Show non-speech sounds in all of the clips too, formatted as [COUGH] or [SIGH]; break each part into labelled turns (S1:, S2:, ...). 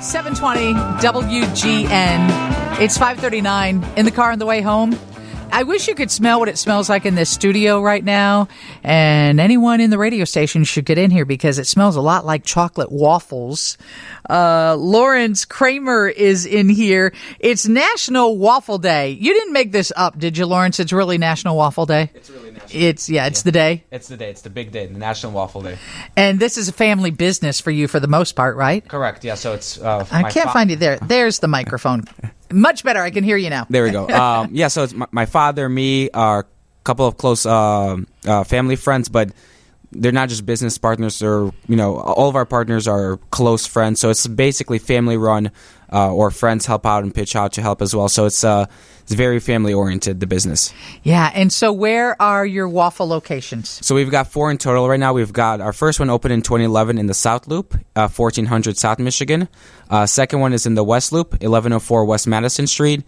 S1: 720 WGN. It's 539 in the car on the way home. I wish you could smell what it smells like in this studio right now. And anyone in the radio station should get in here because it smells a lot like chocolate waffles. Uh, Lawrence Kramer is in here. It's National Waffle Day. You didn't make this up, did you, Lawrence? It's really National Waffle Day.
S2: It's really national.
S1: It's, yeah, it's the day.
S2: It's the day. It's the big day, the National Waffle Day.
S1: And this is a family business for you for the most part, right?
S2: Correct. Yeah. So it's. Uh,
S1: I can't find you there. There's the microphone. Much better. I can hear you now.
S3: There we
S1: [LAUGHS]
S3: go. Um, yeah, so it's my, my father, me, are a couple of close uh, uh, family friends, but they're not just business partners. They're you know all of our partners are close friends. So it's basically family run, uh, or friends help out and pitch out to help as well. So it's uh, it's very family oriented the business.
S1: Yeah. And so, where are your waffle locations?
S3: So we've got four in total right now. We've got our first one opened in 2011 in the South Loop, uh, 1400 South Michigan. Uh, second one is in the West Loop, 1104 West Madison Street.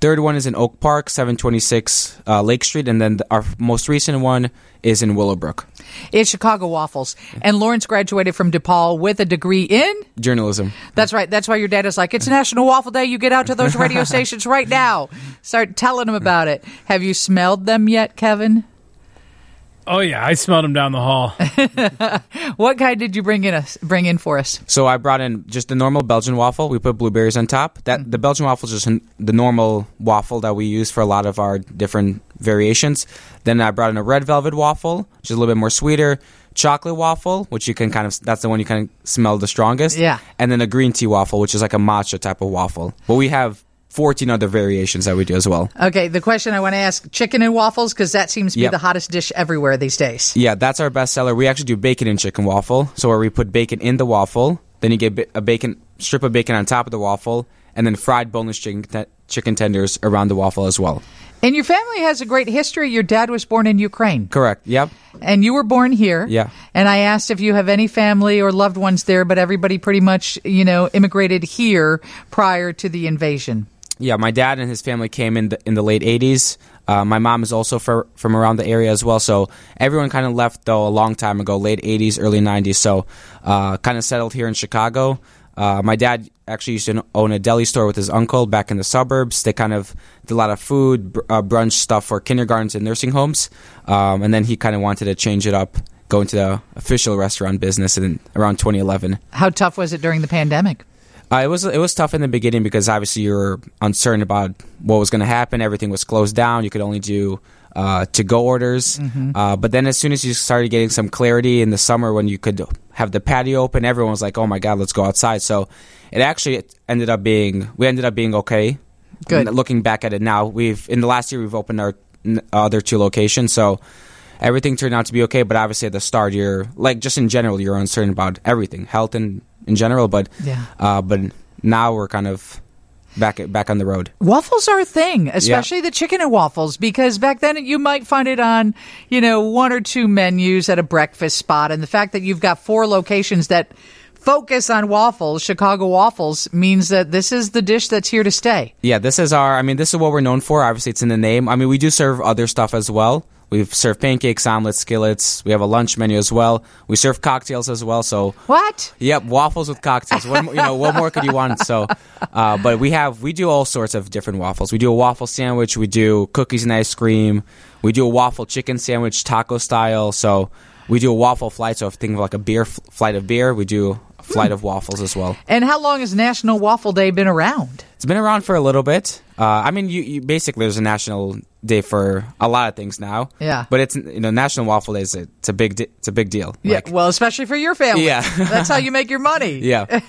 S3: Third one is in Oak Park, 726 uh, Lake Street, and then th- our most recent one is in Willowbrook.
S1: It's Chicago Waffles. And Lawrence graduated from DePaul with a degree in.
S3: Journalism.
S1: That's right. That's why your dad is like, it's National Waffle Day. You get out to those radio stations right now. Start telling them about it. Have you smelled them yet, Kevin?
S4: Oh yeah, I smelled him down the hall.
S1: What kind did you bring in us? Bring in for us?
S3: So I brought in just the normal Belgian waffle. We put blueberries on top. That the Belgian waffle is just an, the normal waffle that we use for a lot of our different variations. Then I brought in a red velvet waffle, which is a little bit more sweeter. Chocolate waffle, which you can kind of that's the one you kind of smell the strongest.
S1: Yeah.
S3: And then a green tea waffle, which is like a matcha type of waffle. But we have 14 other variations that we do as well.
S1: Okay. The question I want to ask: chicken and waffles, because that seems to be
S3: Yep.
S1: the hottest dish everywhere these days.
S3: Yeah, that's our best seller. We actually do bacon and chicken waffle. So where we put bacon in the waffle, then you get ba- a bacon strip of bacon on top of the waffle, and then fried boneless chicken, te- chicken tenders around the waffle as well.
S1: And your family has a great history. Your dad was born in Ukraine.
S3: Correct. Yep.
S1: and you were born here.
S3: Yeah.
S1: And I asked if you have any family or loved ones there, but everybody pretty much, you know, immigrated here prior to the invasion.
S3: Yeah, my dad and his family came in the, in the late '80s. Uh, my mom is also fr- from around the area as well, so everyone kind of left though a long time ago, late '80s, early '90s. So uh, kind of settled here in Chicago. Uh, my dad actually used to own a deli store with his uncle back in the suburbs. They kind of did a lot of food, br- uh, brunch stuff for kindergartens and nursing homes, um, and then he kind of wanted to change it up, go into the official restaurant business in around 2011.
S1: How tough was it during the pandemic?
S3: Uh, it was it was tough in the beginning because obviously you were uncertain about what was going to happen. Everything was closed down. You could only do uh, to go orders.
S1: Mm-hmm.
S3: Uh, but then as soon as you started getting some clarity in the summer when you could have the patio open, everyone was like, "Oh my god, let's go outside." So it actually ended up being we ended up being okay.
S1: Good.
S3: And Looking back at it now, we've in the last year we've opened our n- other two locations. So. Everything turned out to be okay, but obviously at the start, you're like just in general, you're uncertain about everything, health and in general. But
S1: Yeah.
S3: uh, but now we're kind of back back on the road.
S1: Waffles are a thing, especially the chicken and waffles, because back then you might find it on, you know, one or two menus at a breakfast spot. And the fact that you've got four locations that focus on waffles, Chicago waffles, means that this is the dish that's here to stay.
S3: Yeah, this is our. I mean, this is what we're known for. Obviously, it's in the name. I mean, we do serve other stuff as well. We've served pancakes, omelets, skillets. We have a lunch menu as well. We serve cocktails as well. So
S1: What?
S3: Yep, waffles with cocktails. What, mo- you know, what more could you want? So, uh, but we have we do all sorts of different waffles. We do a waffle sandwich. We do cookies and ice cream. We do a waffle chicken sandwich, taco style. So we do a waffle flight. So if think of like a beer f- flight of beer, we do a flight of waffles as well.
S1: And how long has National Waffle Day been around?
S3: It's been around for a little bit. Uh, I mean, you, you basically there's a national day for a lot of things now.
S1: Yeah.
S3: but it's you know National Waffle Day is a, it's a big di- it's a big deal.
S1: Yeah,
S3: Like,
S1: well, especially for your family.
S3: Yeah.
S1: [LAUGHS] That's how you make your money. [LAUGHS]
S3: yeah.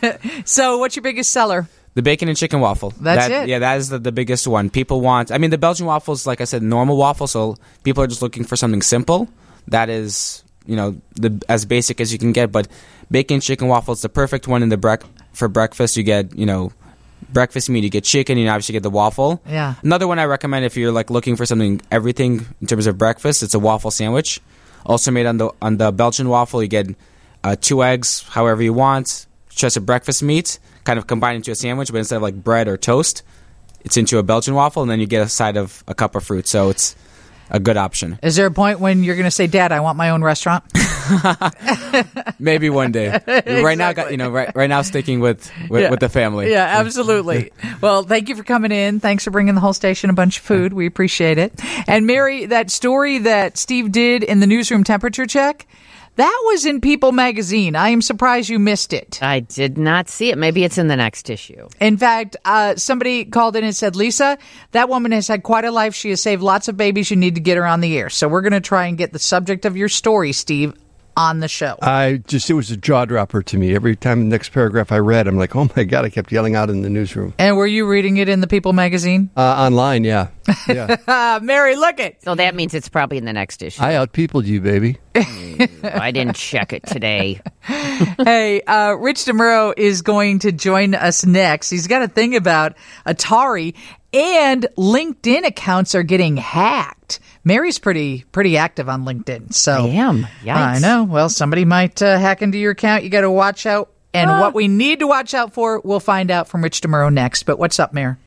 S1: So, what's your biggest seller?
S3: The bacon and chicken waffle.
S1: That's
S3: that,
S1: it.
S3: Yeah, that is the, the biggest one. People want. I mean, the Belgian waffle is like I said, normal waffle. So people are just looking for something simple. That is, you know, the as basic as you can get. But bacon and chicken waffle is the perfect one in the brec- for breakfast. You get, you know, breakfast meat. You get chicken. You obviously get the waffle.
S1: Yeah.
S3: Another one I recommend if you're like looking for something everything in terms of breakfast, it's a waffle sandwich. Also made on the on the Belgian waffle, you get uh, two eggs, however you want, chest of breakfast meat, kind of combined into a sandwich, but instead of like bread or toast, it's into a Belgian waffle, and then you get a side of a cup of fruit. So it's a good option.
S1: Is there a point when you're going to say, Dad, I want my own restaurant?
S3: Maybe one day. Right now, got you know, right, right now sticking with with, with the
S1: [LAUGHS]
S3: family.
S1: Yeah,
S3: [LAUGHS]
S1: absolutely. well, thank you for coming in. Thanks for bringing the whole station a bunch of food. We appreciate it. And Mary, that story that Steve did in the newsroom temperature check, that was in People magazine. I am surprised you missed it.
S5: I did not see it. Maybe it's in the next issue.
S1: In fact, uh, somebody called in and said, Lisa, that woman has had quite a life. She has saved lots of babies. You need to get her on the air. So we're going to try and get the subject of your story, Steve, on the show.
S5: Uh,
S6: I just, it was a jaw dropper to me. Every time the next paragraph I read, I'm like, oh my God, I kept yelling out in the newsroom.
S1: and were you reading it in the People magazine?
S6: Uh, online, yeah. Yeah.
S1: Uh, Mary, look it.
S5: So that means it's probably in the next
S6: [LAUGHS]
S5: issue.
S6: I outpeopled you, baby.
S5: I didn't check it today.
S1: [LAUGHS] Hey, uh, Rich DeMuro is going to join us next. He's got a thing about Atari and LinkedIn accounts are getting hacked. Mary's pretty pretty active on LinkedIn, so
S5: I am. Yikes.
S1: Oh. I know. Well, somebody might uh, hack into your account. You got to watch out. And what we need to watch out for, we'll find out from Rich DeMuro next. But what's up, Mayor?